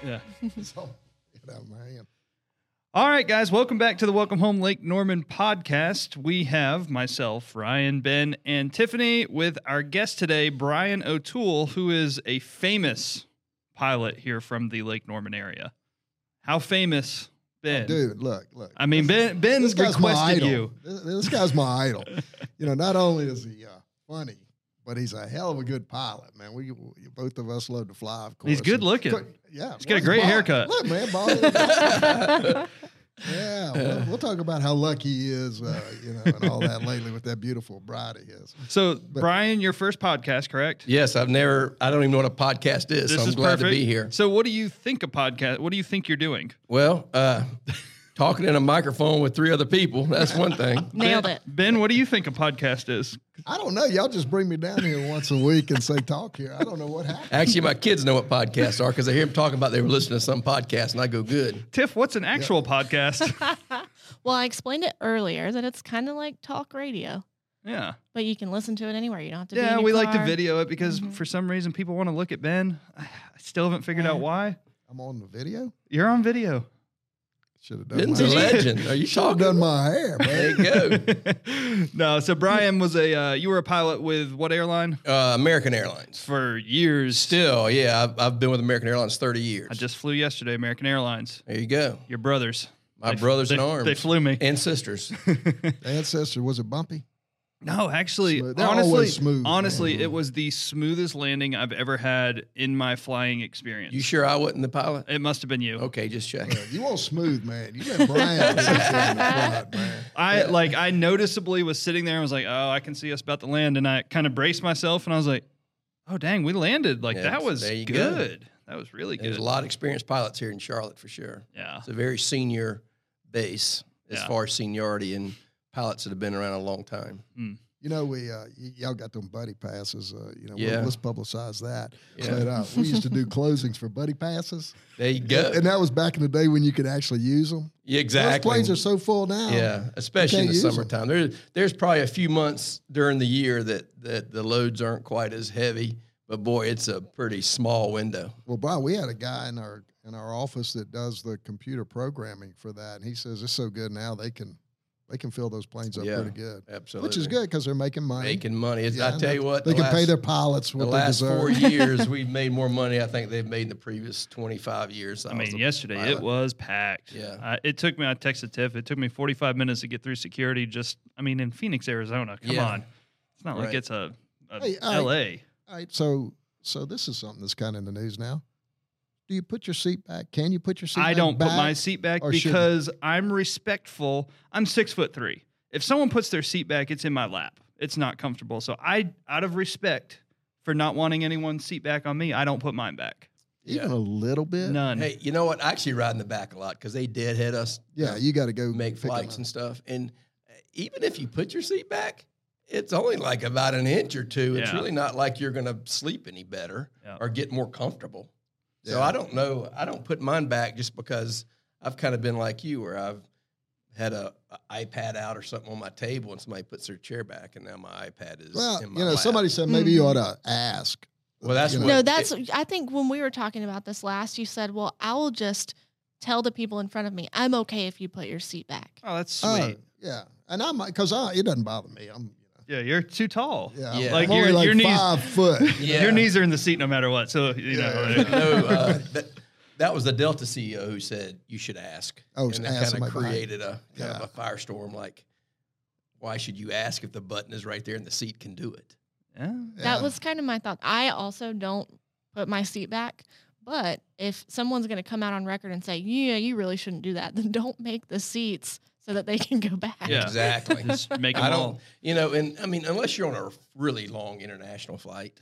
so get out of my hand. All right, guys, welcome back to the Welcome Home Lake Norman podcast. We have myself, Ryan, Ben, and Tiffany with our guest today, Brian O'Toole, who is a famous pilot here from the Lake Norman area. How famous, Ben? Dude, look, look. I mean, Ben, Ben this guy's my requested idol. you. This, this guy's my idol. You know, not only is he uh, funny, but he's a hell of a good pilot, man. We, we- both of us love to fly, of course. He's good looking. Good- Yeah, He's got a well, great bald. haircut. Look, man, bald. yeah, we'll, we'll talk about how lucky he is, uh, you know, and all that lately with that beautiful bride of his. So, Brian, your first podcast, correct? Yes, I've never. I don't even know what a podcast is. so I'm glad to be here. So, what do you think a podcast? What do you think you're doing? Well, uh, talking in a microphone with three other people—that's one thing. Nailed it. Ben, what do you think a podcast is? I don't know. Y'all just bring me down here once a week and say talk here. I don't know what happened. Actually, my kids know what podcasts are because I hear them talking about they were listening to some podcast, and I go, "Good." Tiff, what's an actual podcast? Well, I explained it earlier that it's kind of like talk radio, yeah. but you can listen to it anywhere. You don't have to. be in Yeah, your we like to car. Mm-hmm. video it because for some reason people want to look at Ben. I still haven't figured out why. I'm on the video. You're on video. Should have done, Ben's a my, legend. Are you should've done talking? my hair, man. There you go. no, so Brian was a uh, you were a pilot with what airline Uh, American Airlines. for years? Still, yeah, I've, I've been with American Airlines 30 years. I just flew yesterday, American Airlines. there you go. Your brothers, My They- brothers they, in arms They flew me. and sisters. Ancestor was it bumpy? No, actually, Smooth. They're honestly, always smooth, man. honestly, it was the smoothest landing I've ever had in my flying experience. You sure I wasn't the pilot? it must have been you. Okay, just check. Man, you want smooth, man. You let Brian sit there in the front, man. I like I noticeably was sitting there and was like, oh, I can see us about to land, and I kind of braced myself and I was like, oh dang, we landed. Like Yeah, that was there you good. go. That was really There's good. a lot of experienced pilots here in Charlotte for sure. yeah, It's a very senior base as Yeah. far as seniority and pilots that have been around a long time. You know, we uh, y- y'all got them buddy passes. Uh, you know, we'll- Yeah. let's publicize that. Yeah. But uh, we used to do closings for buddy passes, There you go. and that was back in the day when you could actually use them. Yeah, Those exactly. planes are so full now. yeah, especially in the use 'em. summertime. There's there's probably a few months during the year that that the loads aren't quite as heavy, but boy, it's a pretty small window. Well, Brian, we had a guy in our in our office that does the computer programming for that, and he says it's so good now they can they can fill those planes up Yeah, pretty good, Absolutely, which is good because they're making money. Making money. It's- Yeah, I tell you what, they the can pay last- their pilots what the they last deserve. four years we've made more money. I think they've made in the previous twenty five years. I was mean, a yesterday it pilot. was packed. Yeah. I, it took me. I texted Tiff. It took me 45 minutes to get through security. Just, I mean, in Phoenix, Arizona. Come Yeah. on, it's not like Right. it's a, a Hey, I- L.A. All right, so so this is something that's kind of in the news now. Do you put your seat back? Can you put your seat? I back don't put my back? seat back or shouldn't? because I'm respectful. I'm six foot three. If someone puts their seat back, it's in my lap. It's not comfortable. So I, out of respect for not wanting anyone's seat back on me, I don't put mine back. even a Yeah. little bit. None. Hey, you know what? I actually ride in the back a lot because they deadhead us. Yeah, you got to go make pick 'em flights up. and stuff. And uh, even if you put your seat back, it's only like about an inch or two. It's Yeah. really not like you're going to sleep any better Yeah. or get more comfortable. So Yeah. I don't know. I don't put mine back just because I've kind of been like you, where I've had a, a iPad out or something on my table, and somebody puts their chair back, and now my iPad is. Well, in my you know, lap. somebody said maybe you ought to ask. Well, that's You know, what- No, But that's. I think when we were talking about this last, you said, "Well, I will just tell the people in front of me I'm okay if you put your seat back." Oh, that's oh, sweet. yeah, and I'm because I it doesn't bother me. I'm yeah, you're too tall. yeah, I'm- Yeah. Like I'm only your- like your knees- five foot. Yeah. Your knees are in the seat no matter what. So you know. Yeah. no, uh, that, that was the Delta CEO who said you should ask. Oh, ask and that kind somebody of behind. created a kind Yeah. of a firestorm. Like, why should you ask if the button is right there and the seat can do it? Yeah. Yeah. That was kind of my thought. I also don't put my seat back, but if someone's going to come out on record and say, "Yeah, you really shouldn't do that," then don't make the seats so that they can go back. Yeah. Exactly. Just make them I don't. all. You know, and I mean, unless you're on a really long international flight,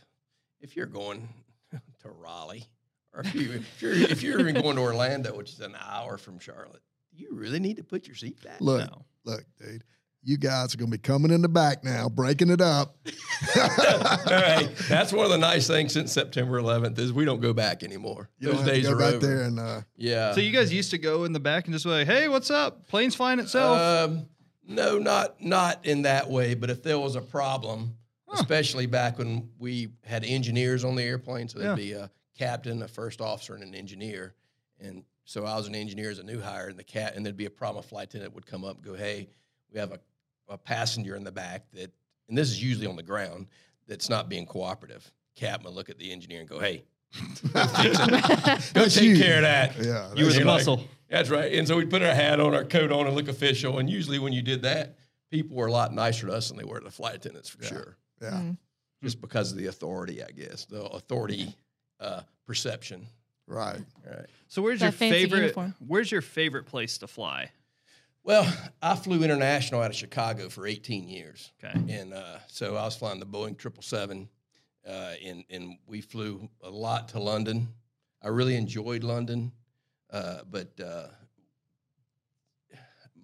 if you're going to Raleigh or if, you, if you're if you're even going to Orlando, which is an hour from Charlotte, you really need to put your seat back. Look, No. look, dude, you guys are gonna be coming in the back now, breaking it up. hey, that's one of the nice things since September 11th is we don't go back anymore. You don't Those have to days go are back over. there and uh, Yeah. So you guys used to go in the back and just be like, "Hey, what's up? Plane's flying itself." Um, no, not not in that way. But if there was a problem, especially back when we had engineers on the airplane, so there'd Yeah. be a captain, a first officer, and an engineer, And so I was an engineer as a new hire, and the cat, and there'd be a problem. A flight attendant would come up and go, "Hey, we have a, a passenger in the back that, and this is usually on the ground, that's not being cooperative." Captain would look at the engineer and go, "Hey, go That's take you. care of that." Yeah, You were that's the you. muscle. That's right. And so we'd put our hat on, our coat on, and look official. And usually, when you did that, people were a lot nicer to us than they were to the flight attendants for Yeah. sure, Yeah. Mm. just because of the authority, I guess, the authority uh, perception. Right. Right. So where's That your fancy favorite? uniform. Where's your favorite place to fly? Well, I flew international out of Chicago for 18 years. Okay. And uh, so I was flying the Boeing 777, uh, and, and we flew a lot to London. I really enjoyed London, uh, but uh,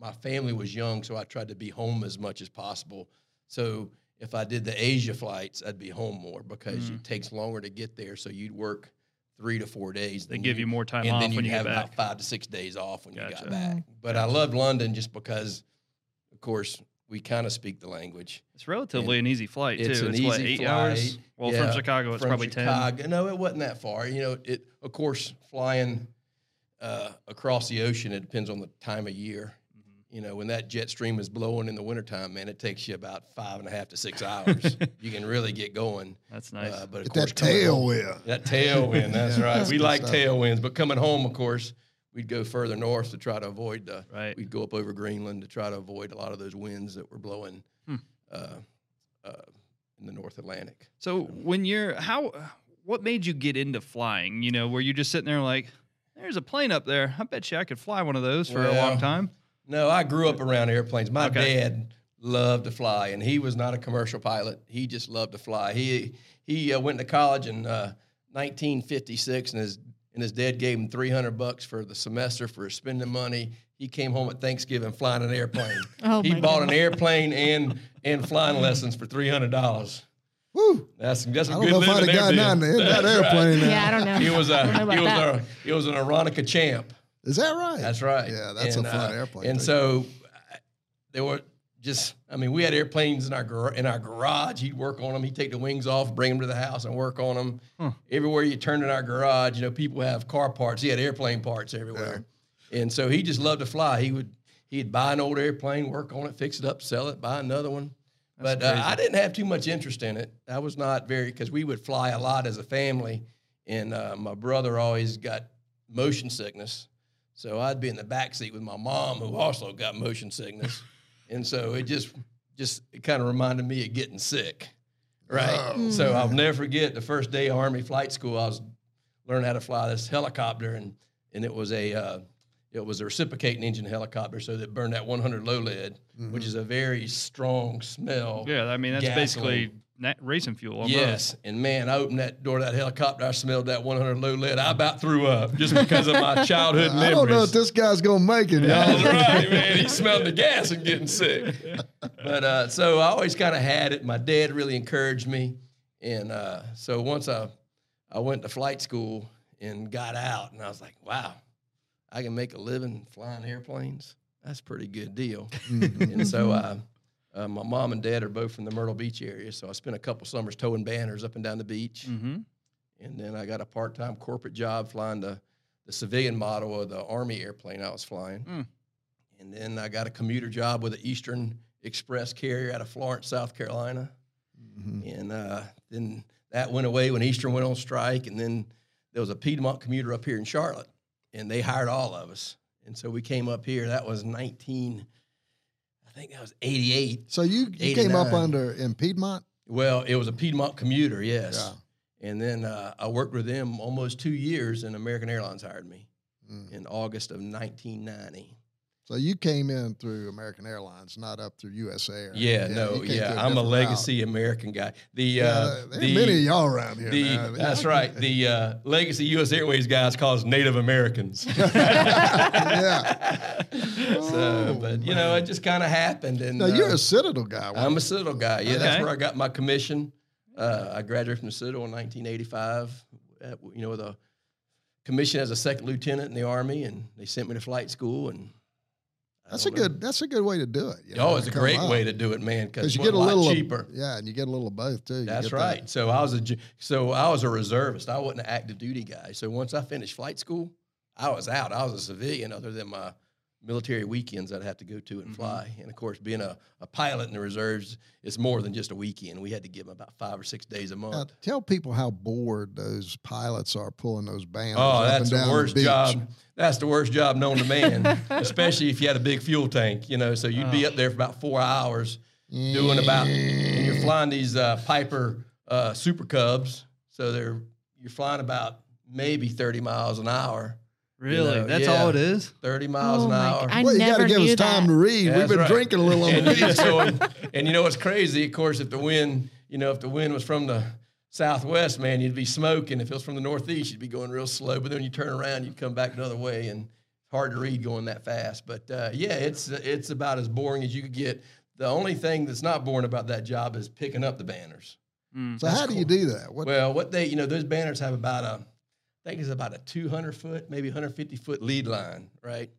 my family was young, so I tried to be home as much as possible. So if I did the Asia flights, I'd be home more because Mm. it takes longer to get there. So you'd work three to four days. They than give you you more time Mm-hmm. and off then when you'd you get have back. about five to six days off when you Gotcha. got back. But I loved London just because, of course, we kind of speak the language. It's relatively an easy flight too. It's an what easy eight hours. flight. Well, Yeah, from Chicago, it's From probably Chicago, No, it wasn't that far. You know, it of course flying uh, across the ocean. It depends on the time of year. Mm-hmm. You know, when that jet stream is blowing in the wintertime, man, it takes you about five and a half to six hours. you can really get going. ten. That's nice. Uh, but of Get course, that coming home- tailwind. that tailwind, that's Yeah, right. that's We good like stuff. tailwinds, but coming home, of course, we'd go further north to try to avoid the. right. We'd go up over Greenland to try to avoid a lot of those winds that were blowing Hmm. uh, uh, in the North Atlantic. So when you're how, what made you get into flying? You know, were you just sitting there like, there's a plane up there. I bet you I could fly one of those for a long Well, time. No, I grew up around airplanes. My Okay. dad loved to fly, and he was not a commercial pilot. He just loved to fly. He he uh, went to college in uh, 1956, and his and his dad gave him 300 bucks for the semester for his spending money. He came home at Thanksgiving flying an airplane. Oh he my bought goodness. an airplane and and flying lessons for three hundred dollars. Woo. That's that's I a don't good know if I'd living have gotten there. dude. on the end of that That's right. airplane. now. Yeah, I don't know. He was I a don't know he about was that. a he was an Aeronica champ. Is that right? That's right. Yeah, that's And, a fun uh, airplane. And too. so uh, there were just, I mean, we had airplanes in our gar- in our garage. He'd work on them. He'd take the wings off, bring them to the house, and work on them. Hmm. Huh. Everywhere you turned in our garage, you know, people have car parts. He had airplane parts everywhere, and so he just loved to fly. He would he'd buy an old airplane, work on it, fix it up, sell it, buy another one. That's but uh, crazy. I didn't have too much interest in it. I was not very because we would fly a lot as a family, and uh, my brother always got motion sickness. So I'd be in the back seat with my mom, who also got motion sickness, and so it just just it kind of reminded me of getting sick, right? Oh, So um, I'll never forget the first day of Army Flight School. I was learning how to fly this helicopter, and and it was a uh, it was a reciprocating engine helicopter, so that burned that 100 low lead, mm-hmm. which Mm. is a very strong smell. Yeah, I mean that's basically gasoline. na- racing fuel. Almost. Yes, and man, I opened that door to that helicopter. I smelled that 100 low lead. I about threw up just because of my childhood I don't know if memories. this guy's gonna make it, All y'all. right, man. He smelled the gas and getting sick. But uh, so I always kind of had it. My dad really encouraged me, and uh, so once I I went to flight school and got out, and I was like, wow, I can make a living flying airplanes. That's a pretty good deal. Mm-hmm. and so uh, uh, my mom and dad are both from the Myrtle Beach area, so I spent a couple summers towing banners up and down the beach, Mm-hmm. and then I got a part-time corporate job flying the the civilian model of the Army airplane I was flying, Mm. and then I got a commuter job with an Eastern Express carrier out of Florence, South Carolina, Mhm. and uh, then that went away when Eastern went on strike, and then there was a Piedmont commuter up here in Charlotte, and they hired all of us, and so we came up here. That was 19, I think that was 88. So you, you came up 89. under in Piedmont. Well, it was a Piedmont commuter, yes. Yeah. And then uh, I worked with them almost two years, and American Airlines hired me Mm. in August of 1990. So you came in through American Airlines, not up through US Air. Yeah, you no, came through yeah, I'm a different route. legacy American guy. The Yeah, uh, there the, are many of y'all around here. the- now. that's right. The uh, legacy U.S. Airways guys call us Native Americans. Yeah. so, but you know, it just kind of happened. And Oh, Now you're uh, a Citadel guy. weren't I'm a Citadel guy. Yeah, Okay. that's where I got my commission. Uh, I graduated from Citadel in 1985. At, you know, with a commission as a second lieutenant in the army, and they sent me to flight school. And I That's a don't know. good. That's a good way to do it. you know, oh, it's a come great up. way to do it, man. Because you get a lot little of- cheaper. yeah, and you get a little of both too. You That's get that- right. So I was a ju- so I was a reservist. I wasn't an active duty guy. So once I finished flight school, I was out. I was a civilian, other than my military weekends I'd have to go to and Mm-hmm. Mhm. fly. And of course, being a, a pilot in the reserves is more than just a weekend. We had to give them about five or six days a month. Now, tell people how bored those pilots are pulling those bands. Oh, up that's and the down worst beach. job. That's the worst job known to man, especially if you had a big fuel tank, you know. So you'd be up there for about four hours doing about, and you're flying these uh, Piper uh, Super Cubs. So they're, you're flying about maybe 30 miles an hour, Really? know, That's yeah. all it is? 30 miles Oh an my hour. g- I Well, you got never to give knew us time that. to read. Yeah, We've that's been right. drinking a little on and, the beach. so, and you know what's crazy? Of course, if the wind, you know, if the wind was from the southwest, man, you'd be smoking. If it was from the northeast, you'd be going real slow. But then you turn around, you come back another way, and it's hard to read going that fast. But uh, yeah, it's it's about as boring as you could get. The only thing that's not boring about that job is picking up the banners. Mm. So how do you do that? What, Well, what they, you know, those banners have about a, I think it's about a 200 foot, maybe 150 foot lead line, right?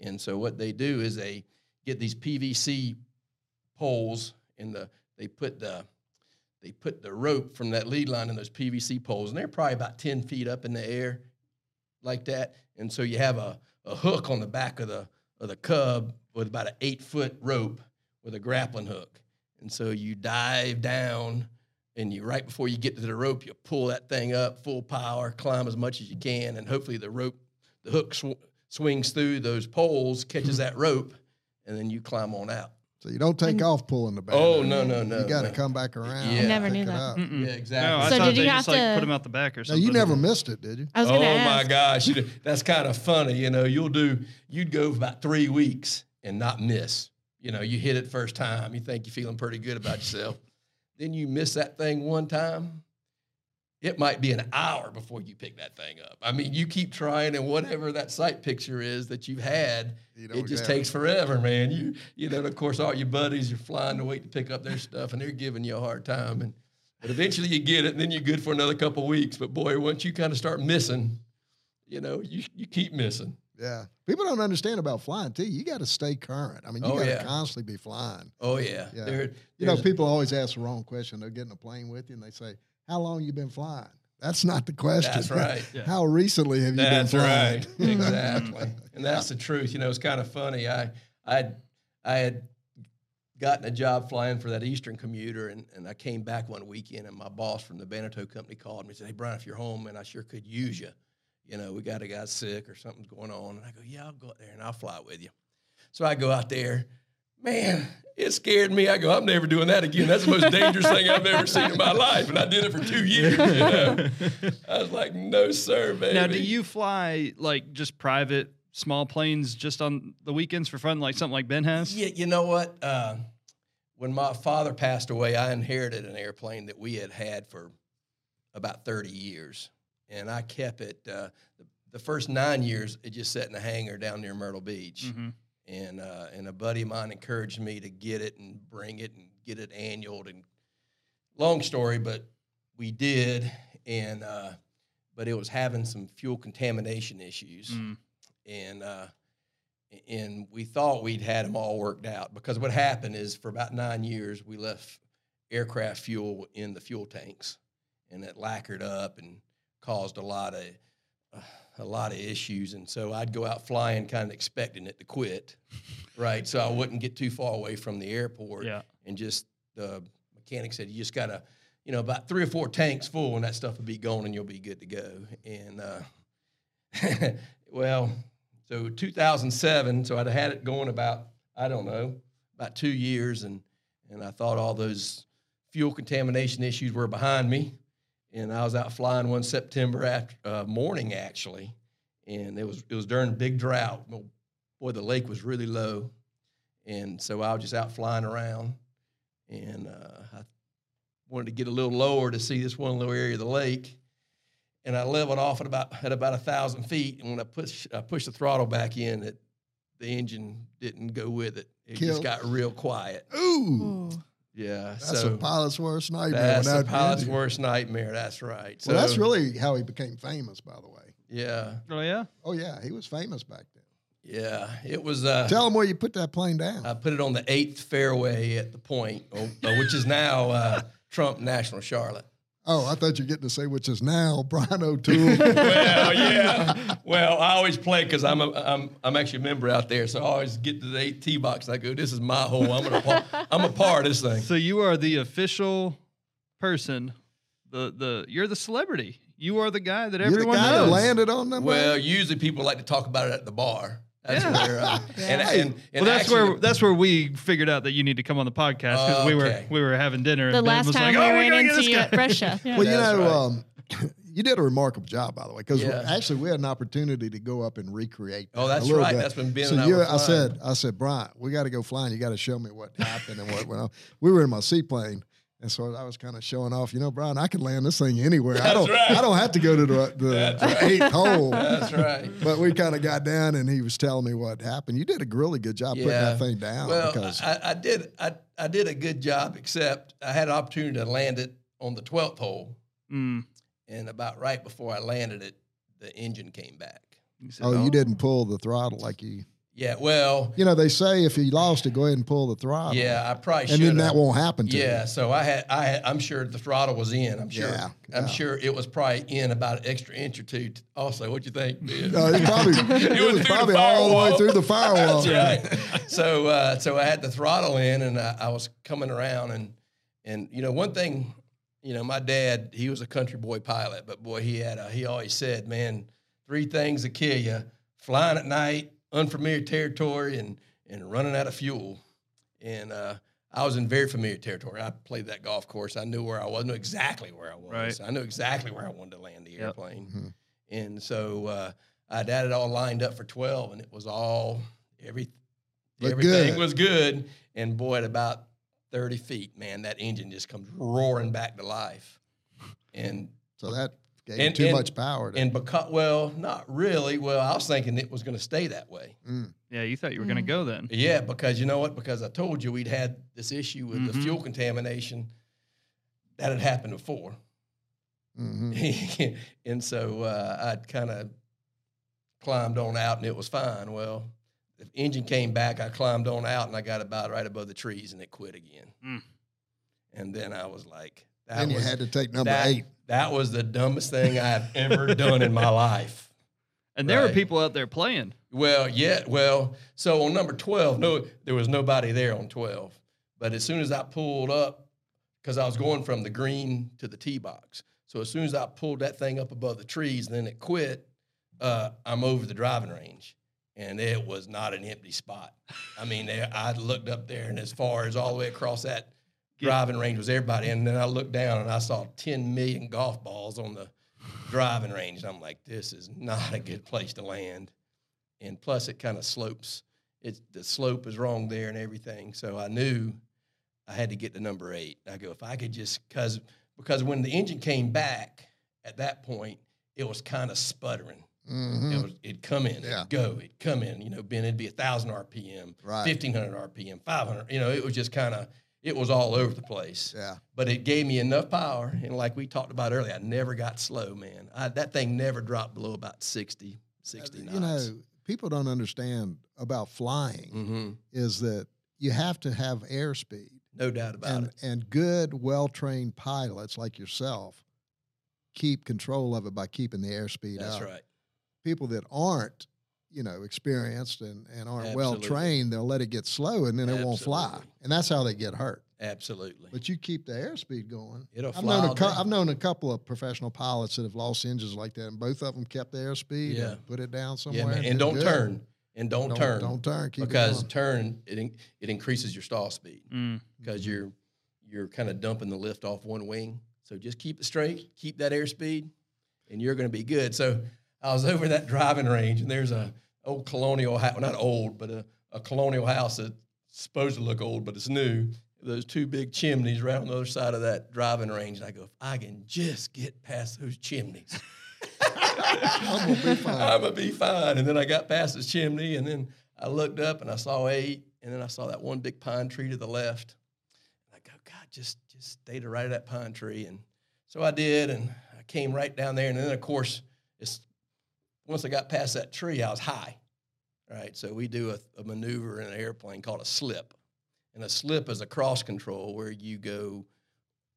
And so what they do is they get these PVC poles and the they put the they put the rope from that lead line in those PVC poles, and they're probably about 10 feet up in the air, like that. And so you have a, a hook on the back of the of the cub with about an eight foot rope with a grappling hook. And so you dive down and you right before you get to the rope, you pull that thing up full power, climb as much as you can, and hopefully the rope, the hook sw- swings through those poles, catches Hmm. that rope, and then you climb on out. so you don't take And- off pulling the band. Oh no no no! you got to no. come back around. and never pick knew it that. up. Mm-mm. Uh, Yeah, exactly. No, I So thought did they you just have like put to- them out the back or Now something. you never missed it, did you? I was oh gonna ask. my gosh, you, that's kind of funny. You know, you'll do you'd go about three weeks and not miss. You know, you hit it first time, you think you're feeling pretty good about yourself. then you miss that thing one time. It might be an hour before you pick that thing up. I mean, you keep trying, and whatever that sight picture is that you've had, You it don't just have takes forever, man. You you know, and of course, all your buddies are flying to wait to pick up their stuff, and they're giving you a hard time. And but eventually, you get it, and then you're good for another couple weeks. But boy, once you kind of start missing, you know, you you keep missing. Yeah. People don't understand about flying too. You got to stay current. I mean, you Oh, got to yeah. constantly be flying. Oh yeah, Yeah. There- You know, there's- people always ask the wrong question. They're getting a plane with you and they say, "How long you been flying?" That's not the question. That's right. Yeah. How recently have you That's been flying? right. Mm-hmm. Exactly. and that's the truth. You know, it's kind of funny. I I I had gotten a job flying for that Eastern commuter and, and I came back one weekend and my boss from the Beneteau company called me and said, Hey Brian, if you're home and I sure could use you. You know, we got a guy sick or something's going on. And I go, Yeah, I'll go out there and I'll fly with you. So I go out there. Man, it scared me. I go, I'm never doing that again. That's the most dangerous thing I've ever seen in my life. And I did it for two years. You know? I was like, no, sir, baby. Now, do you fly like just private small planes just on the weekends for fun, like something like Ben has? Yeah, you know what? Uh, when my father passed away, I inherited an airplane that we had had for about 30 years, and I kept it. Uh, the, the first nine years, it just sat in a hangar down near Myrtle Beach, Mm-hmm, Mhm. and uh, and a buddy of mine encouraged me to get it and bring it and get it annualed. And long story, but we did, and uh, but it was having some fuel contamination issues mm-hmm. Mm. and uh, and we thought we'd had them all worked out because what happened is for about nine years we left aircraft fuel in the fuel tanks, and it lacquered up and caused a lot of a lot of issues. And so I'd go out flying, kind of expecting it to quit, right? So I wouldn't get too far away from the airport, Yeah. and just the mechanic said you just gotta you know about three or four tanks full and that stuff will be gone and you'll be good to go and uh, well so 2007 so i'd had it going about i don't know about two years and and i thought all those fuel contamination issues were behind me and i was out flying one september after, uh, morning actually and it was it was during a big drought boy the lake was really low and so i was just out flying around and uh, I wanted to get a little lower to see this one little area of the lake. And I leveled off at about at about a thousand feet, and when I push I pushed the throttle back in, it the engine didn't go with it. It Killed. just got real quiet. Ooh, Ooh. Yeah, that's so a pilot's worst nightmare. that's the without pilot's engine. worst nightmare. That's right. So well, that's really how he became famous, by the way. yeah, Oh yeah. Oh yeah, he was famous back then. yeah. It was uh, Tell him where you put that plane down. I put it on the eighth fairway at the point, oh, uh, which is now uh, Trump uh, National Charlotte. Oh, I thought you were getting to say which is now Brian O'Toole. well, yeah. Well, I always play because I'm a, I'm I'm actually a member out there, so I always get to the eight tee box. And I go, this is my hole. I'm gonna par- I'm a par of this thing. So you are the official person. The the you're the celebrity. You are the guy that You're the everyone guy that knows. landed on them. Well, usually people like to talk about it at the bar. That's Yeah. where. I, and, Right. and, and well, that's actually- where that's where we figured out that you need to come on the podcast because we were Okay. we were having dinner and The Ben last was time like, "Oh, we we ran gotta get into this you guy." at Brescia. Yeah. Well, you That's know, right. um, you did a remarkable job, by the way, because Yeah. actually we had an opportunity to go up and recreate. Oh, that a that's little right. bit. That's when Ben so and I you, were I flying. said, I said, Brian, we got to go flying. You got to show me what happened and what went on. We were in my seaplane. And so I was kind of showing off, you know, Brian, I can land this thing anywhere. I That's don't, right. I don't have to go to the, the, That's the eighth hole. That's right. But we kind of got down, and he was telling me what happened. You did a really good job putting Yeah. that thing down. Well, Oh, because I, I did I, I did a good job, except I had an opportunity to land it on the twelfth hole, Mm. and about right before I landed it, the engine came back. He said, oh, you didn't pull the throttle like you. Yeah, well, You know, they say if you lost it, go ahead and pull the throttle. yeah, I probably should. Oh, and then that won't happen to Yeah, you. so I had I had, I'm sure the throttle was in. I'm sure. Yeah, yeah. I'm sure it was probably in about an extra inch or two. t- Also, what you think? Ben? Uh, it probably It it, was was, through the probably all the way firewall. through the firewall. That's Oh. right. So, uh, so I had the throttle in, and I, I was coming around, and and you know, one thing, you know, my dad, he was a country boy pilot, but boy, he had a, he always said, man, three things that kill you: flying at night, unfamiliar territory, and and running out of fuel. And uh, I was in very familiar territory. I played that golf course. I knew where I was. I knew exactly where I was. Right. I knew exactly where I wanted to land the Yep. airplane. Mhm. And so uh, I'd had it all lined up for twelve, and it was all every Looked everything good. was good. And boy, at about thirty feet, man, that engine just comes roaring back to life. And So that gave And- too and- much power. To, and because well, not really. Well, I was thinking it was going to stay that way. Mm. yeah, you thought you were gonna Mm. go then. Yeah, because you know what? Because I told you we'd had this issue with the Mm-hmm. Mhm. fuel contamination that had happened before. Mhm. and so uh, I'd kind of climbed on out and it was fine. Well, the engine came back. I climbed on out and I got about right above the trees and it quit again. Mm. And then I was like, that Then you was, had to take number that, eight. that was the dumbest thing I've ever done in my life. And there were Right. people out there playing. Well, yeah, well, so on number 12, no, there was nobody there on 12. But as soon as I pulled up, because I was going from the green to the tee box. So as soon as I pulled that thing up above the trees, then it quit, uh, I'm over the driving range. And it was not an empty spot. I mean, there- I looked up there, and as far as all the way across that Get- driving range was everybody. And then I looked down and I saw 10 million golf balls on the driving range. And I'm like, this is not a good place to land. And plus, it kind of slopes. It's the slope is wrong there and everything. So I knew I had to get to number eight. I go, if I could just, cause, because when the engine came back at that point, it was kind of sputtering. Mhm. It was, it'd come in, Yeah. it'd go, it'd come in. You know, Ben, it'd be a thousand RPM, Right. fifteen hundred RPM, five hundred. You know, it was just kind of, it was all over the place. Yeah. But it gave me enough power, and like we talked about earlier, I never got slow, man. I, that thing never dropped below about 60, 60 You knots. know, people don't understand about flying hmm is that you have to have airspeed. No doubt about And, it. and good, well trained pilots like yourself keep control of it by keeping the airspeed That's up. right. people that aren't, you know, experienced and, and aren't well Absolutely. trained, they'll let it get slow and then it won't fly. Absolutely. And that's how they get hurt. Absolutely. But you keep the airspeed going. It'll I've fly known, a all cou- day. I've known a couple of professional pilots that have lost engines like that, and both of them kept the airspeed Yeah. and put it down somewhere. yeah, man. and And did don't good. turn. And don't, turn. Don't turn. Keep because it going. turn it in, it increases your stall speed Mm. because you're you're kind of dumping the lift off one wing. So just keep it straight, keep that airspeed, and you're going to be good. So I was over that driving range, and there's a old colonial house, not old, but a, a colonial house that's supposed to look old, but it's new. Those two big chimneys right on the other side of that driving range, and I go, if I can just get past those chimneys. I'm gonna be fine. I'm gonna be fine. And then I got past this chimney, and then I looked up and I saw eight, and then I saw that one big pine tree to the left. And I go, God, just just stay to right of that pine tree. And so I did, and I came right down there. And then of course, it's once I got past that tree, I was high. Right. So we do a, a maneuver in an airplane called a slip. And a slip is a cross control where you go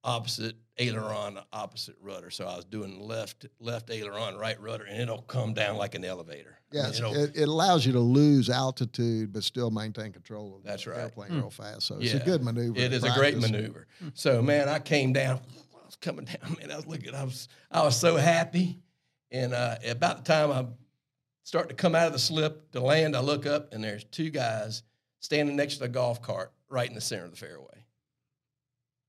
opposite aileron, opposite rudder. So I was doing left left aileron, right rudder, and it'll come down like an elevator. I mean, Yes, it'll- it, it allows you to lose altitude but still maintain control of the That's right. airplane Hmm. real fast. So it's a Yeah. good maneuver. It in is a great practice. maneuver. So man, I came down. I was coming down, man. I was looking. I was I was so happy. And uh, about the time I start to come out of the slip to land, I look up and there's two guys standing next to the golf cart right in the center of the fairway.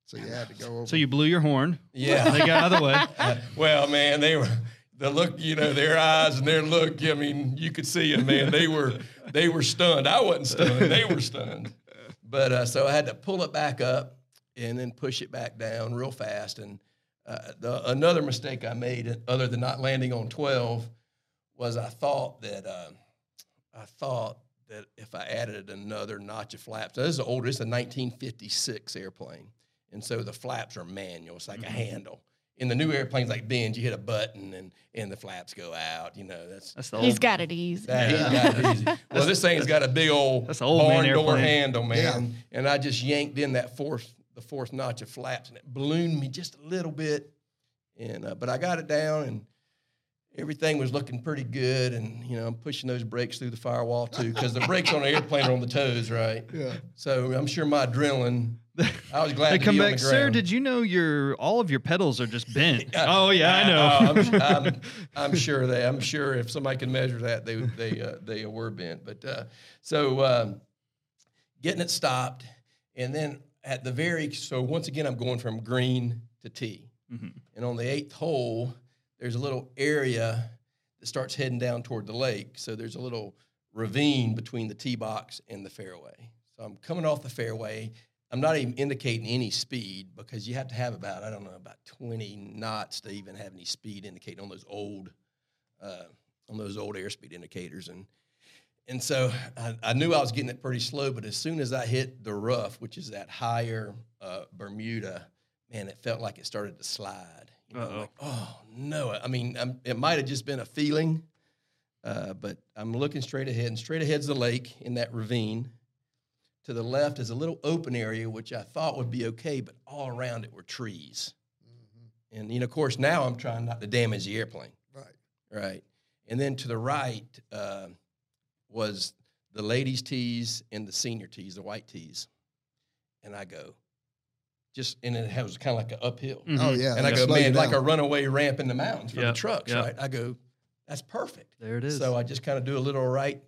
So you had to go over. So you blew your horn. They Yeah. got out of the way. well, man, they were the look. You know, their eyes and their look. I mean, you could see them, man. They were they were stunned. I wasn't stunned. They were stunned. But uh, so I had to pull it back up and then push it back down real fast. And uh, the, another mistake I made, other than not landing on twelve, was I thought that uh, I thought that if I added another notch of flaps, now this is older. It's a 1956 airplane, and so the flaps are manual. It's like a handle. In the new airplanes like Benz, you hit a button and and the flaps go out. You know that's That's the He's old. got it easy. that is Yeah. not easy. Well, this thing's got a big old, That's an old man barn door airplane. handle, man. And I just yanked in that fourth, the fourth notch of flaps, and it ballooned me just a little bit. And uh, but I got it down, and everything was looking pretty good. And you know, I'm pushing those brakes through the firewall too, because the brakes on an airplane are on the toes, right? yeah. So I'm sure my adrenaline. I was glad They to come be back, on the sir. ground. Did you know your all of your pedals are just bent? Uh, oh yeah, I know. uh, I'm, I'm- I'm sure they. I'm sure if somebody could measure that, they they uh, they were bent. But uh, so um, getting it stopped, and then at the very so once again, I'm going from green to tee, Mhm. and on the eighth hole, there's a little area that starts heading down toward the lake. So there's a little ravine between the tee box and the fairway. So I'm coming off the fairway. I'm not even indicating any speed because you have to have about I don't know about 20 knots to even have any speed indicating on those old uh, on those old airspeed indicators and and so I, I knew I was getting it pretty slow, but as soon as I hit the rough, which is that higher uh, Bermuda, man, it felt like it started to slide. You know, I'm Uh-oh. like, oh no! I mean, i it might have just been a feeling, uh, but I'm looking straight ahead, and straight ahead's the lake in that ravine. To the left is a little open area, which I thought would be okay, but all around it were trees. And you know, of course, now I'm trying not to damage the airplane. Mm-hmm. Right. Right. And then to the right uh, was the ladies' tees and the senior tees, the white tees. And I go, just, and it was kind of like an uphill. Mhm. Oh yeah. mm-hmm. And I they go, slow you man, like a down. runaway ramp in the mountains for Yep, the trucks, yep. right? I go, that's perfect. There it is. So I just kind of do a little right,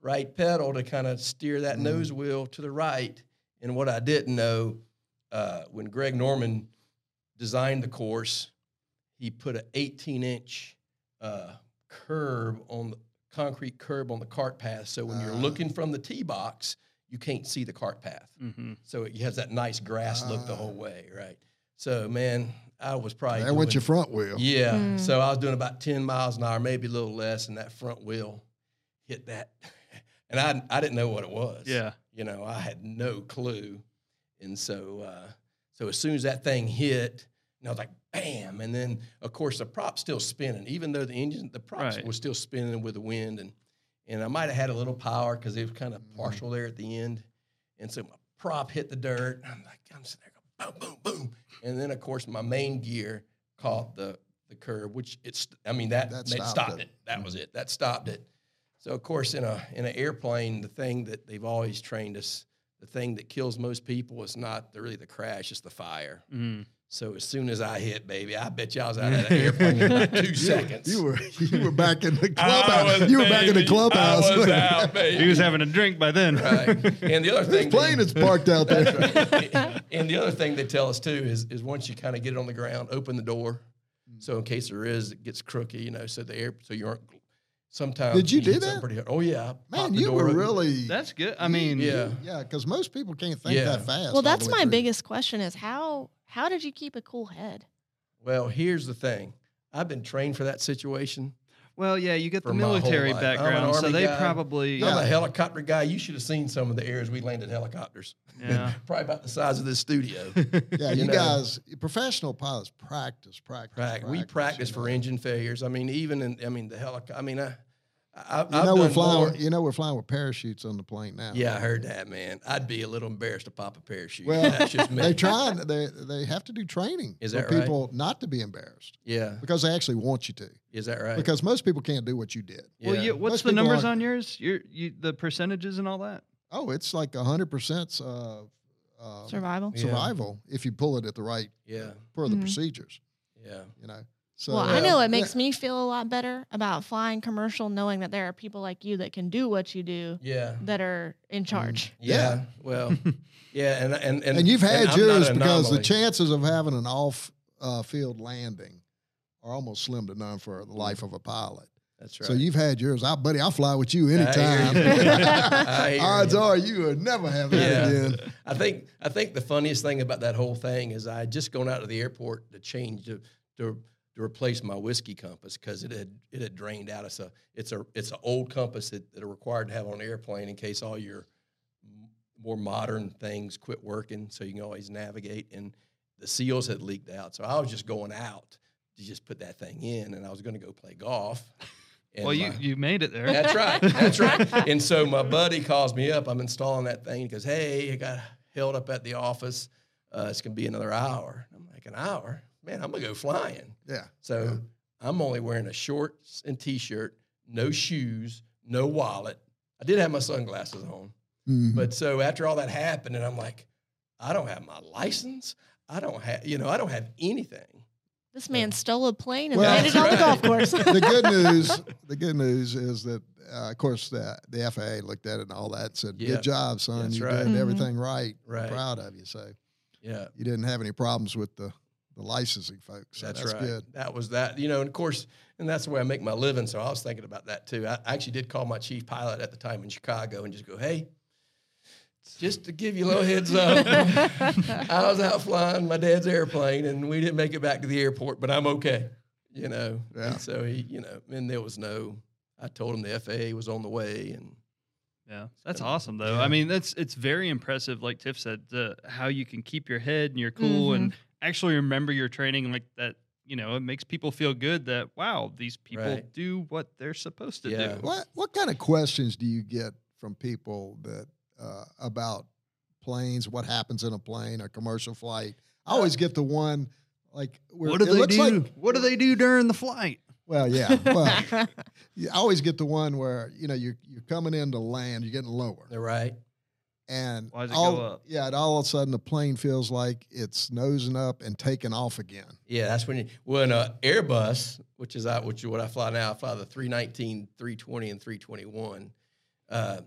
right pedal to kind of steer that Mhm. nose wheel to the right. And what I didn't know, uh, when Greg Norman designed the course, he put an 18 inch uh, curb on the concrete curb on the cart path. So when you're Ah. looking from the tee box, you can't see the cart path. Mhm. So it has that nice grass look the Hmm. Ah. whole way, right? So man, I was probably There went doing- your front wheel. yeah. Mm. So I was doing about 10 miles an hour, maybe a little less, and that front wheel hit that. And I, I didn't know what it was. Yeah. You know, I had no clue. And so, uh, so as soon as that thing hit, and I was like, bam. And then, of course, the prop's still spinning, even though the engine, the props Right. was still spinning with the wind. And, and I might have had a little power because it was kind of Mm. Mhm. partial there at the end. And so my prop hit the dirt. and I'm like, I'm sitting there going, boom, boom, boom. And then, of course, my main gear caught the, the curb, which it's, I mean, that, That made- stopped it. stopped, Mm-hmm. it. That was it. That stopped it. So, of course, in a in an airplane, the thing that they've always trained us, the thing that kills most people is not the, really the crash, it's the fire. Mm. So as soon as I hit, baby, I bet you I was out of that airplane in about two You- seconds. You were you were back in the I clubhouse. was, You were back in the baby, clubhouse. I was out, baby. He was having a drink by then. right. And the other This thing, plane is parked out That's there. right. and the other thing they tell us too is is once you kind of get it on the ground, open the door. Mm. So in case there is, it gets crooky, you know. So the air, so you aren't. Sometimes Did you hit do something that? Pretty hard. Oh yeah, I Man, popped the you door were open. really That's good. I mean, Yeah. yeah. Because most people can't think Yeah. that fast. all well, that's the way my through. biggest question: is how how did you keep a cool head? Well, here's the thing. I've been trained for that situation. Well, yeah, you get the For my whole military life. I'm an background, so Army they guy. probably Yeah. I'm a helicopter guy. You should have seen some of the airs we landed helicopters. yeah. Probably about the size of this studio. Yeah, you, you know. guys, professional pilots practice, practice, Prac- We practice for you know. engine failures. I mean, even in, I mean, the helicopter, I mean, I, I, You I've know we're done flying. more- You know we're flying with parachutes on the plane now. Yeah, I heard that, man. I'd be a little embarrassed to pop a parachute. Well, that's just me. They're trying. They they have to do training Is for that right? people not to be embarrassed Yeah, because they actually want you to. is that right? Because most people can't do what you did. Well, Yeah. you, what's Most the people numbers aren't. on yours? Your you, the percentages and all that. Oh, it's like hundred percent uh, uh, Survival. Yeah. survival if you pull it at the right yeah, per the Mhm. procedures. yeah. You know. So well, I uh, know it yeah. makes me feel a lot better about flying commercial, knowing that there are people like you that can do what you do Yeah. that are Mm. in charge. Yeah. Well, yeah, and and and, And you've had I'm not yours an because the anomaly. chances of having an off-field landing are almost slim to none for the life of a pilot. That's right. So you've had yours. I, buddy, I'll fly with you I hear you. I hear anytime. you. Odds are you would never have that Yeah. again. I think I think the funniest thing about that whole thing is I had just gone out to the airport to change to to, to replace my whiskey compass because it had it had drained out. It's a it's a it's an old compass that, that are required to have on an airplane in case all your m- more modern things quit working, so you can always navigate. And the seals had leaked out, so I was just going out to just put that thing in, and I was going to go play golf. And well, you my- you made it there. that's right. That's right. And so my buddy calls me up. I'm installing that thing. He goes, Hey, I got held up at the office. Uh, it's going to be another hour. I'm like, An hour? Man, I'm going to go flying. Yeah. So I'm only wearing a shorts and t shirt, no shoes, no wallet. I did have my sunglasses on. Mhm. But so after all that happened, and I'm like, I don't have my license. I don't have, you know, I don't have anything. This man stole a plane and Well, landed it on the that's golf right. course. the good news, the good news is that, uh, of course, the, the FAA looked at it and all that and said, Yeah. "Good job, son. That's you right. did Mhm. everything right. We're Right. proud of you." So Yeah. you didn't have any problems with the the licensing folks. So That's, that's, right. good. That was that. You know, and of course, and that's the way I make my living. So I was thinking about that too. I I actually did call my chief pilot at the time in Chicago and just go, hey, just to give you a little heads up, I was out flying my dad's airplane and we didn't make it back to the airport, but I'm okay. You know, Yeah. and so he, you know, and there was no. I told him the FAA was on the way, and Yeah, that's kinda- awesome though. yeah. I mean, that's it's very impressive. Like Tiff said, the, how you can keep your head and you're cool and actually remember your training like that. You know, it makes people feel good that wow, these people Right. do what they're supposed to Yeah. do. What what kind of questions do you get from people that uh, about planes? What happens in a plane? A commercial flight? I always get the one like, where Um, What do it they looks do? like- what do they do during the flight? Well, yeah. Well, you- I always get the one where you know you're you're coming in to land, you're getting lower, they're right. and Why does it all, go up? yeah, and all of a sudden the plane feels like it's nosing up and taking off again. Yeah, that's when you well in a Airbus, which is out, which is what I fly now. I fly the 319, 320, and 321. Uh,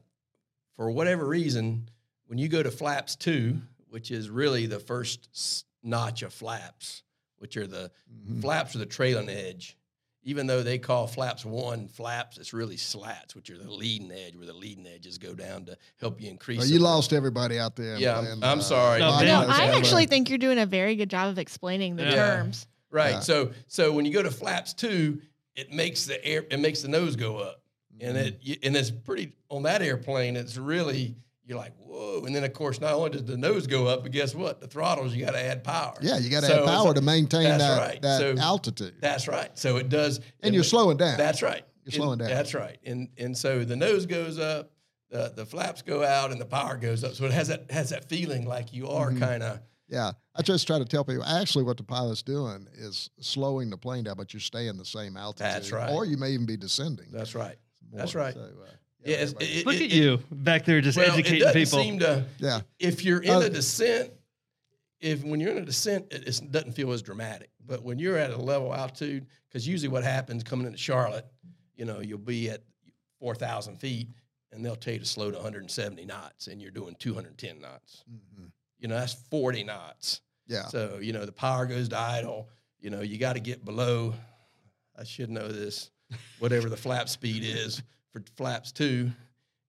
for whatever reason, when you go to flaps two, which is really the first s- notch of flaps, which are the Mm-hmm. Mhm. flaps are the trailing edge. Even though they call flaps one flaps, it's really slats, which are the leading edge, where the leading edges go down to help you increase. Oh, the- you lost everybody out there. in uh, Yeah, I'm- playing, I'm sorry. No, Lion Yeah, no, King. that's I right. actually think you're doing a very good job of explaining the Yeah. terms. Right. Yeah. So so when you go to flaps two, it makes the air it makes the nose go up, and Mm-hmm. it you- and it's pretty on that airplane. It's really you're like whoa, and then of course not only does the nose go up, but guess what? The throttles you got to add power. yeah, you got to So have it's- power to maintain that's that, right. that So- altitude, That's right. So it does. and you're it- slowing down. That's right. You're And- slowing down. That's right. And and so the nose goes up, the the flaps go out, and the power goes up. So it has that has that feeling like you are Mhm. kind of Yeah, I just try to tell people actually what the pilot's doing is slowing the plane down, but you're staying the same altitude. That's right. Or you may even be descending. that's right. more. that's right. So, uh, Yeah. it's- everybody- it- Look it- at you back there just Well, it educating doesn't people. seem to. yeah. if you're in Uh, a descent, if when you're in a descent, it it's, doesn't feel as dramatic. But when you're at a level altitude, because usually what happens coming into Charlotte, you know, you'll be at 4,000 feet and they'll tell you to slow to 170 knots and you're doing 210 knots. Mhm. You know, that's 40 knots. Yeah. So, you know, the power goes to idle. You know, you got to get below, I should know this, whatever the flap speed is for flaps two,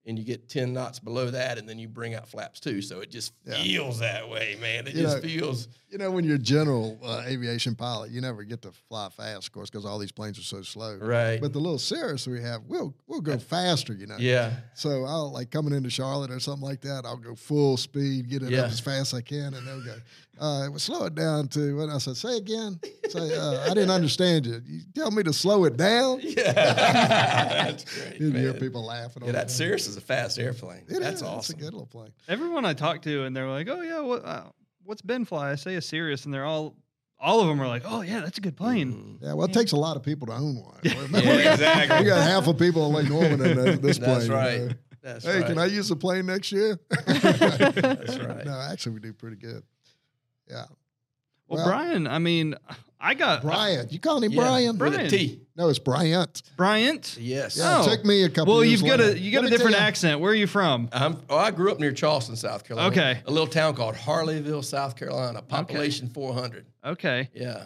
and you get 10 knots below that, and then you bring out flaps two. So it just Yeah. feels that way, man. It You just know- feels, You know, when you're a general uh, aviation pilot, you never get to fly fast, of course, because all these planes are so slow. right. But the little Cirrus we have, we'll we'll go faster, you know. yeah. So I'll like coming into Charlotte or something like that. I'll go full speed, get it Yeah. up as fast as I can, and they'll go, uh, well, slow it down to, and I said, say again. Say, uh, I didn't understand you. You tell me to slow it down. Yeah, that's great. You hear man. people laughing. Yeah, over that it. Cirrus is a fast airplane. It that's is. It's a awesome. good little plane. Everyone I talk to, and they're like, "Oh yeah, what, uh, what's Ben fly?" I say a Sirius, and they're all, all of them are like, "Oh yeah, that's a good plane." Mm. Yeah, well, it takes a lot of people to own one. Yeah, exactly. We got half of people in Lake Norman in this- this That's plane. right. Uh, That's hey, right. can I use the plane next year? That's right. No, actually, we do pretty good. Yeah, Well, Well- Brian, I mean, I got Bryant. You calling him Uh, Yeah, Brian? With a Brian. T. No, it's Bryant. Bryant. Yes. Yeah, Oh. took me a couple. Well, years you've got later. a you got Let a me different tell you, accent. Where are you from? I'm, oh, I grew up near Charleston, South Carolina. Okay. A little town called Harleyville, South Carolina, population 400. Okay, Yeah.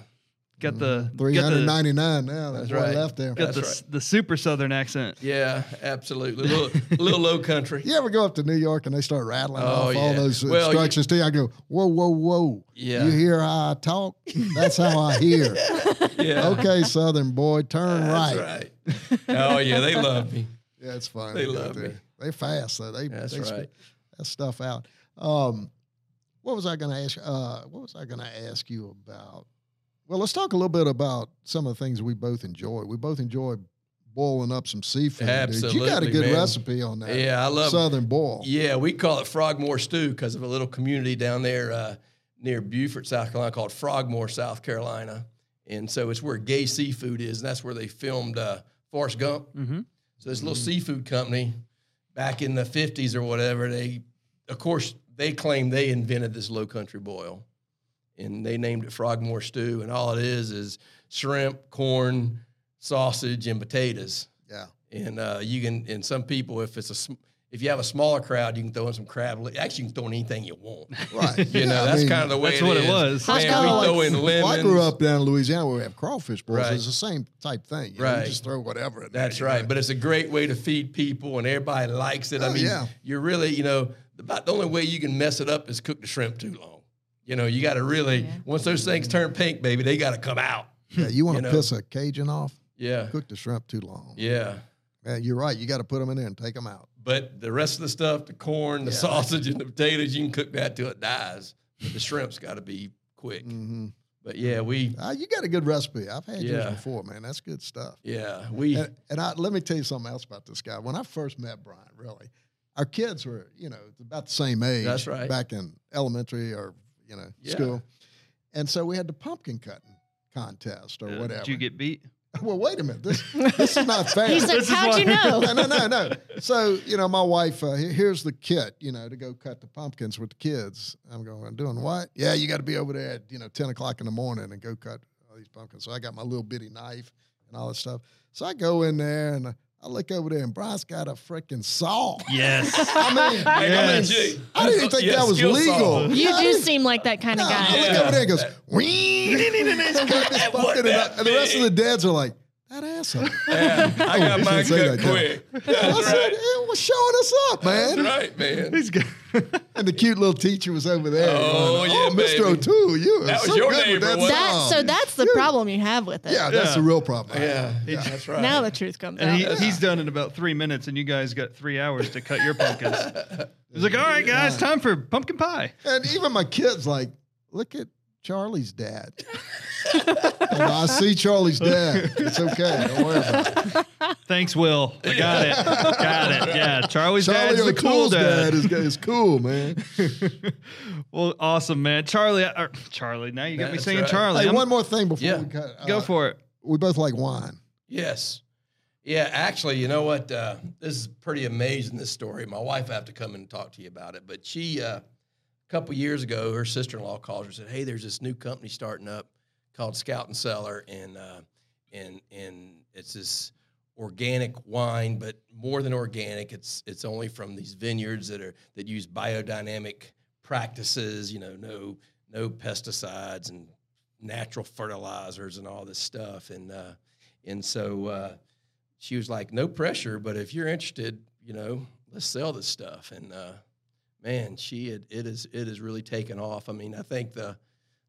got the Mm-hmm. Three got hundred the, ninety-nine now. That's That's what right. left there. got the, That's s- the super southern accent. Yeah, absolutely. A little, a little low country. You ever go up to New York and they start rattling Oh, off all yeah. those Well, you- instructions to you? I go, whoa, whoa, whoa. Yeah. You hear how I talk? That's how I hear. Yeah. okay, Southern boy, turn That's right. right. Oh, yeah. They love me. Yeah, it's fine. They out love there. me. They fast though. They That's they spit right. that stuff out. Um, what was I going to ask? Uh, what was I going to ask you about? Well, let's talk a little bit about some of the things we both enjoy. We both enjoy boiling up some seafood. dude. You got a Absolutely, good man. recipe on that. Yeah, I love Southern boil. Yeah, we call it Frogmore Stew because of a little community down there uh, near Beaufort, South Carolina, called Frogmore, South Carolina. And so it's where Gay Seafood is, and that's where they filmed uh, Forrest Gump. Mhm. So this Mm-hmm. little seafood company, back in the '50s or whatever, they, of course, they claim they invented this low country boil, and they named it Frogmore Stew. And all it is is shrimp, corn, sausage, and potatoes Yeah. and uh, you can and some people if it's a sm- if you have a smaller crowd you can throw in some crab li- actually you can throw in anything you want Right. you know that's kind of the way That's it what it is. was. Man, That's we kinda like- throw in well, I grew lemons. up down in Louisiana where we have crawfish boils. Right. It's the same type thing. You know, you Right. just throw whatever in there, That's you right. know. But it's a great way to feed people, and everybody likes it. I Oh, mean, yeah. you're really, you know, about the only way you can mess it up is cook the shrimp too long. You know, you got to really, Yeah. once those things turn pink, baby, they got to come out. yeah, you want to you know. piss a Cajun off? Yeah. Cook the shrimp too long. Yeah. Yeah, you're right. You got to put them in there and take them out. But the rest of the stuff, the corn, the Yeah. sausage, and the potatoes, you can cook that till it dies. But the shrimp's got to be quick. hmm But yeah, we, Uh, you got a good recipe. I've had yours Yeah. before, man. That's good stuff. yeah, we, And, and I, let me tell you something else about this guy. When I first met Brian, really, our kids were, you know, about the same age. That's right. Back in elementary or, you know, Yeah. school. And so we had the pumpkin cutting contest or Uh, whatever. Did you get beat? well, wait a minute. This, this is not fair. He's like, This is how'd you why- know? no, no, no, no. So, you know, my wife, uh, he- here's the kit, you know, to go cut the pumpkins with the kids. I'm going, I'm doing what? Yeah, you got to be over there at, you know, 10 o'clock in the morning and go cut all these pumpkins. So I got my little bitty knife and all that stuff. So I go in there and I look over there and Brian's got a freaking saw. Yes. I mean, Yes. I, mean I didn't even think that was skill legal. saw. You Yeah, I do didn't- seem like that kind of no, guy. I look Yeah. over there and goes, "Wee." He's cutting this pumpkin and I- and the rest of the dads are like, that asshole. Yeah, I got we mine shouldn't say that, cut Joe. quick. I That's said, right. it was showing us up, man. That's right, man. He's good. And the cute little teacher was over there. Oh, going, yeah, oh, Mr. baby. O'Toole, you That are was so your good with neighbor, that wasn't it? That, song." so that's the problem you have with it. yeah, that's Yeah. the real problem. Yeah, that's right. Now the truth comes And out. he, he's done in about three minutes, and you guys got three hours to cut your pumpkins. He's like, all right, guys, time for pumpkin pie. And even my kids, like, look at Charlie's dad. I go, I see Charlie's dad. It's okay. Don't worry about it. Thanks, Will. I got it. Got it. Yeah. Charlie's Charlie dad's the cool O'Toole's dad. dad is, is cool, man. well, awesome, man. Charlie, or Charlie, now you got me That's singing right. Charlie. Hey, I'm- one more thing before Yeah. we cut. go uh, for it. We both like wine. Yes. Yeah, actually, you know what? Uh, this is pretty amazing, this story. My wife, I have to come and talk to you about it. But she, uh, a couple years ago, her sister in law called her and said, Hey, there's this new company starting up called Scout and Cellar. And, uh, and, and it's this organic wine, but more than organic, it's, it's only from these vineyards that, are, that use biodynamic practices, you know, no, no pesticides and natural fertilizers and all this stuff. And, uh, and so uh, she was like, "No pressure, but if you're interested, you know, let's sell this stuff." And uh, man, she had, it is it is really taken off. I mean, I think the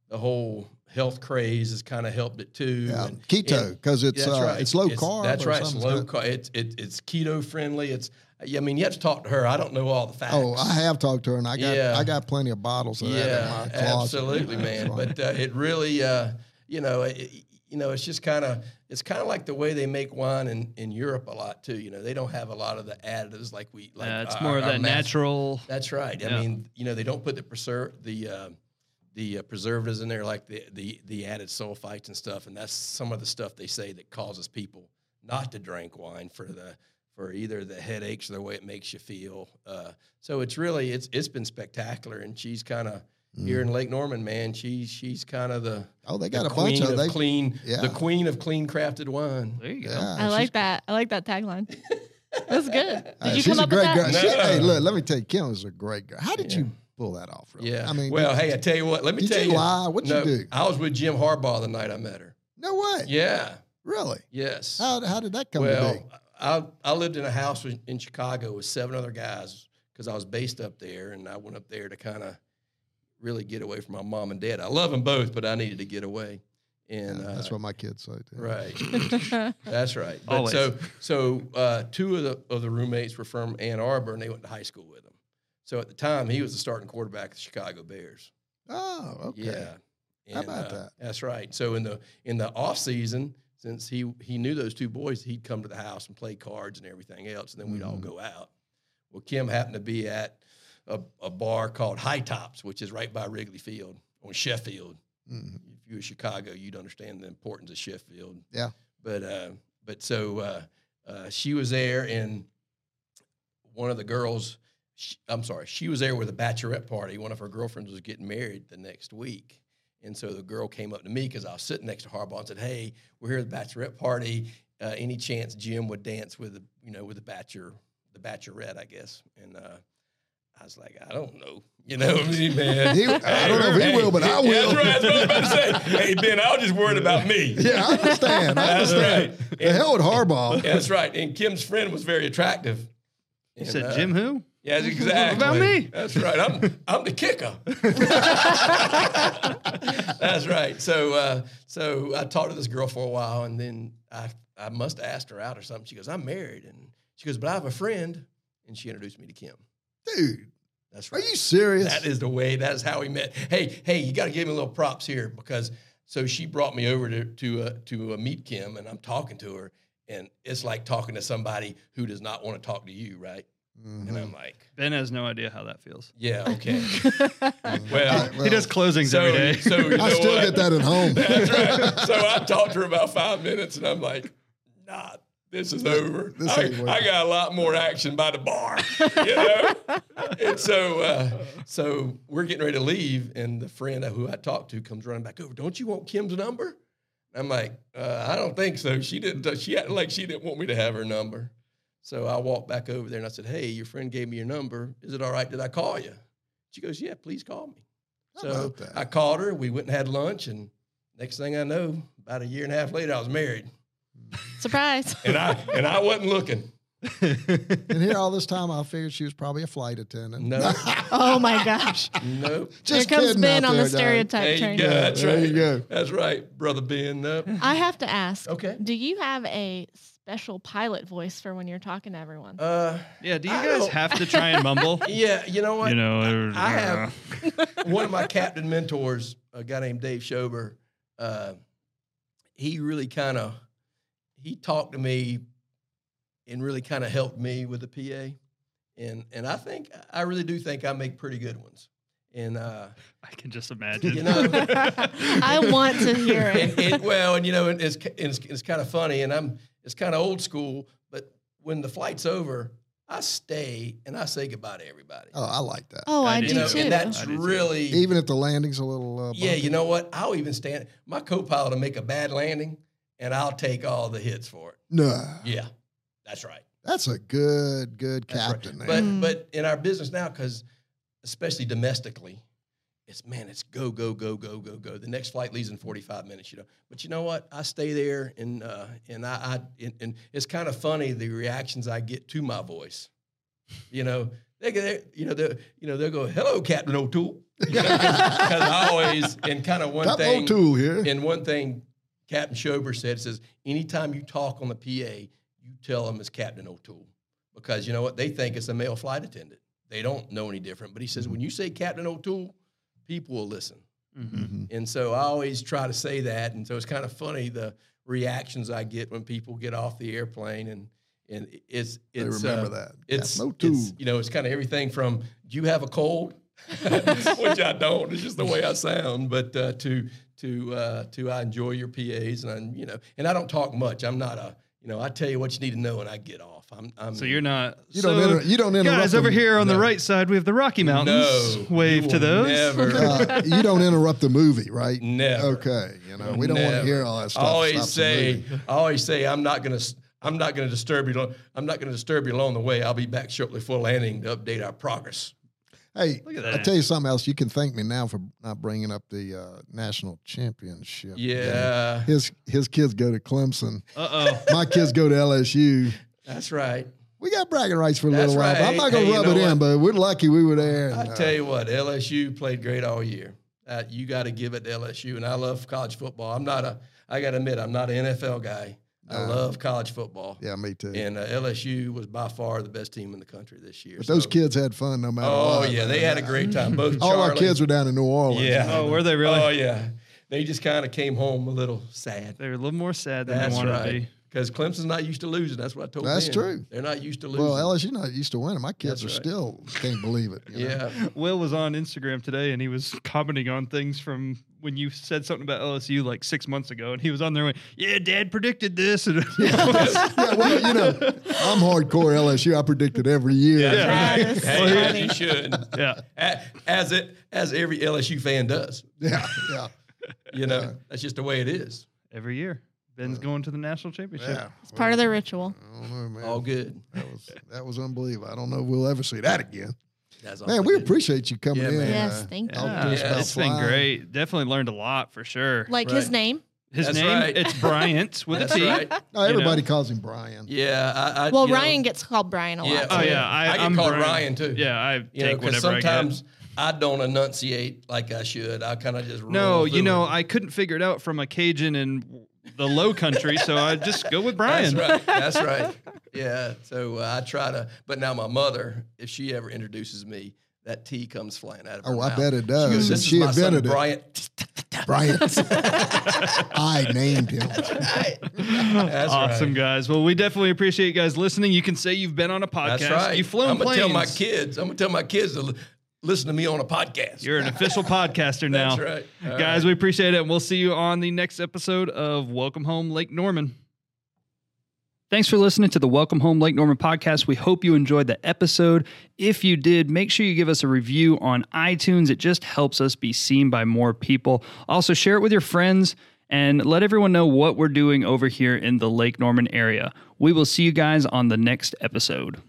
the whole health craze has kind of helped it too. Yeah, And- keto and- because it's that's uh, right. it's low carb. That's or right. It's something. low got- carb. It's it, it's keto friendly. It's I mean, you have to talk to her. I don't know all the facts. Oh, I have talked to her, and I got Yeah. I got plenty of bottles of that in yeah, my closet. absolutely, That's man. fine. But uh, it really, uh, you know, it, it- you know, it's just kind of it's kind of like the way they make wine in, in Europe a lot too. You know, they don't have a lot of the additives like we like. it's our- more of our that mass- natural. That's right. Yeah. I mean, you know, they don't put the preser- the uh, the uh, preservatives in there like the, the the added sulfites and stuff, and that's some of the stuff they say that causes people not to drink wine for the for either the headaches or the way it makes you feel. Uh, so it's really it's it's been spectacular, and she's kind of here in Lake Norman, man. She's she's kind of the Oh, Mm. they the got a bunch queen of they. clean yeah. the queen of clean crafted wine. There you go. Yeah, I Ah, uh, she's- like that. I like that tagline. That's good. Did uh, you she's come a up with great that? girl. She- No. hey, look, let me tell you, Kim is a great girl. How did Yeah. you pull that off? Really? Yeah, I mean, well, hey, I tell you what. Let me did tell you lie? What'd no, you do? I was with Jim Harbaugh the night I met her. No way. Yeah. Really? Yes. How how did that come to be? well, I I lived in a house with- in Chicago with seven other guys because I was based up there, and I went up there to kind of really get away from my mom and dad. I love them both, but I needed to get away. And Yeah, uh, that's what my kids say. Too. right. That? That's right. But Always. So, so uh, two of the of the roommates were from Ann Arbor, and they went to high school with him. So at the time, he was the starting quarterback of the Chicago Bears. Oh, okay. Yeah. uh, How about that? That's right. So in the in the off season, since he he knew those two boys, he'd come to the house and play cards and everything else, and then we'd all Mhm. go out. Well, Kim happened to be at a, a bar called High Tops, which is right by Wrigley Field on Sheffield. Mhm. If you were Chicago, you'd understand the importance of Sheffield. Yeah. But uh, but so uh, uh, she was there, and one of the girls, sh I'm sorry, she was there with a bachelorette party. One of her girlfriends was getting married the next week. And so the girl came up to me because I was sitting next to Harbaugh and said, "Hey, we're here at the bachelorette party. Uh, any chance Jim would dance with the, you know, with the bachelor, the bachelorette, I guess?" And uh, I was like, "I don't know, you know, what I mean, man. He- I don't know if he Hey, will, but I yeah, will. That's right. That's what I was about to say. Hey, Ben, I was just worried about me. Yeah, I understand. I That's understand. right. The hell with Harbaugh. Yeah, that's right. And Kim's friend was very attractive. uh, You said Jim who? Yeah, that's exactly. about me? That's right. I'm I'm the kicker. that's right. So uh, so I talked to this girl for a while, and then I I must have asked her out or something. She goes, "I'm married," and she goes, "But I have a friend," and she introduced me to Kim. Dude, That's are right. you serious? That is the way. That is how we met. Hey, hey, you got to give me a little props here because so she brought me over to to uh, to uh, meet Kim, and I'm talking to her, and it's like talking to somebody who does not want to talk to you, right? And Mhm. I'm like, Ben has no idea how that feels. yeah, okay. I- well, well, he does closings so every day. so you know I still what? get that at home. That's right. So I talked to her about five minutes, and I'm like, nah. This is over. This I, ain't working. I got a lot more action by the bar, you know. and so, uh, so we're getting ready to leave, and the friend who I talked to comes running back over. Don't you want Kim's number? I'm like, uh, I don't think so. She didn't. She acted like she didn't want me to have her number. So I walked back over there and I said, Hey, your friend gave me your number. Is it all right that I call you? She goes, Yeah, please call me. How So about that? I called her. We went and had lunch, and next thing I know, about a year and a half later, I was married, Surprise. and I and I wasn't looking. and here all this time, I figured she was probably a flight attendant. No, Oh my gosh. no. Just Here comes kidding Ben out on the there, dog. There stereotype you train. go. That's There right. you go. That's right, brother Ben. No. I have to ask. Okay. Do you have a special pilot voice for when you're talking to everyone? Uh, yeah, do you I guys don't- have to try and mumble? yeah. You know what? you know, uh, I have one of my captain mentors, a guy named Dave Schober. Uh, he really kind of he talked to me and really kind of helped me with the PA, and and I think I really do think I make pretty good ones, and uh, I can just imagine. You know- I want to hear and, it. and well, and you know, and it's ki- and it's, it's kind of funny, and I'm it's kind of old school, but when the flight's over, I stay and I say goodbye to everybody. Oh, I like that. Oh, I I do do you know, too. and I that's do too. really Even if the landing's a little. Uh, Yeah, bumpy. you know what? I'll even stand. My co-pilot will make a bad landing, and I'll take all the hits for it. No, Yeah, that's right. that's a good, good That's right. captain. But there. Mm. but in our business now, because especially domestically, it's man, it's go go go go go go. The next flight leaves in forty five minutes. You know, but you know what? I stay there, and uh, and I, I and, and it's kind of funny the reactions I get to my voice. You know. They, they, you know, they, you know, they'll go, "Hello, Captain O'Toole," because I always and kind of one Got thing. O'Toole here. And one thing Captain Schober said says, anytime you talk on the PA, you tell them it's Captain O'Toole. because you know what? They think it's a male flight attendant. They don't know any different. But he says, when you say Captain O'Toole, people will listen. Mhm. Mm-hmm. And so I always try to say that. And so it's kind of funny the reactions I get when people get off the airplane and and it's They it's remember uh, that. It's, Captain it's, O'Toole. you know it's kind of everything from do you have a cold, which I don't. It's just the way I sound. But uh, to to uh, to I enjoy your PAs and I'm, you know and I don't talk much. I'm not a you know I tell you what you need to know and I get off. I'm, I'm So you're not. You don't inter- you don't interrupt Guys, over them. here on the No. right side, we have the Rocky Mountains. No, Wave you to will those. Never. Uh, you don't interrupt the movie, right? Never. Okay. You know, we don't want to Never. hear all that stuff. I always Stop the say, movie. I always say, I'm not gonna, I'm not gonna disturb you. lo- I'm not gonna disturb you along the way. I'll be back shortly for landing to update our progress. hey, Look at I that. tell you something else. You can thank me now for not bringing up the uh, national championship. Yeah, His his kids go to Clemson. Uh oh. My kids go to LSU. that's right. We got bragging rights for a That's little while. But I'm right. not gonna Hey, you rub know it in, what? but we're lucky we were there. I and, uh, tell you what, LSU played great all year. Uh, you got to give it to LSU, and I love college football. I'm not a, I got to admit, I'm not an NFL guy. I Uh, love college football, yeah, me too. and uh, LSU was by far the best team in the country this year. but those So- kids had fun no matter oh what. yeah, they man. had a great time. Both All our Charlie- kids were down in New Orleans. Yeah. Oh, were they really? Oh yeah, they just kind of came home a little sad. They were a little more sad than That's they wanted to right. be. Because Clemson's not used to losing. That's what I told. That's Ben. true. They're not used to losing. Well, LSU not used to winning. My kids That's are right. still can't believe it. you know? yeah, Will was on Instagram today and he was commenting on things from when you said something about LSU like six months ago. And he was on there going, Yeah, dad predicted this. And yeah, well, you know, I'm hardcore LSU. I predicted every year. Yeah. That Right. is Hey, as funny. you should. yeah. A- As it as every LSU fan does. Yeah, yeah, You know, that's just the way it is. Every year, Ben's going to the national championship. yeah. It's part of the ritual. I don't know, man. All good. That was that was unbelievable. I don't know if we'll ever see that again. That's all Man, we good. appreciate you coming Yeah, in. man. Yes, uh, thank I'll you. Yeah, do this about it's been flying. great. Definitely learned a lot for sure. Like his Right. name. His That's name, right. it's Bryant with That's a T. right. No, You Oh, everybody know. calls him Brian. Yeah. I, I, Well, you know, Ryan gets called Brian a lot. Yeah. too. Oh yeah, I, I get am called Brian. Ryan, too. Yeah, I you know, take 'cause whatever I sometimes get. I, don't enunciate like I should. I kind of just No, roll you through know, it. I couldn't figure it out from a Cajun in the Low Country, so I just go with Brian. That's right. That's right. Yeah. So uh, I try to, but now my mother, if she ever introduces me, that T comes flying out of her Oh, I mouth. bet it She does. goes, and "This is she my son, invented it. Bryant. Brian. I named him. That's awesome right. guys. Well, we definitely appreciate you guys listening. You can say you've been on a podcast. That's right. You've flown I'm planes. gonna tell my kids. I'm gonna tell my kids to l- listen to me on a podcast. You're an official podcaster now. That's right. All Guys, right. we appreciate it. And we'll see you on the next episode of Welcome Home Lake Norman. Thanks for listening to the Welcome Home Lake Norman podcast. We hope you enjoyed the episode. If you did, make sure you give us a review on iTunes. It just helps us be seen by more people. Also, share it with your friends and let everyone know what we're doing over here in the Lake Norman area. We will see you guys on the next episode.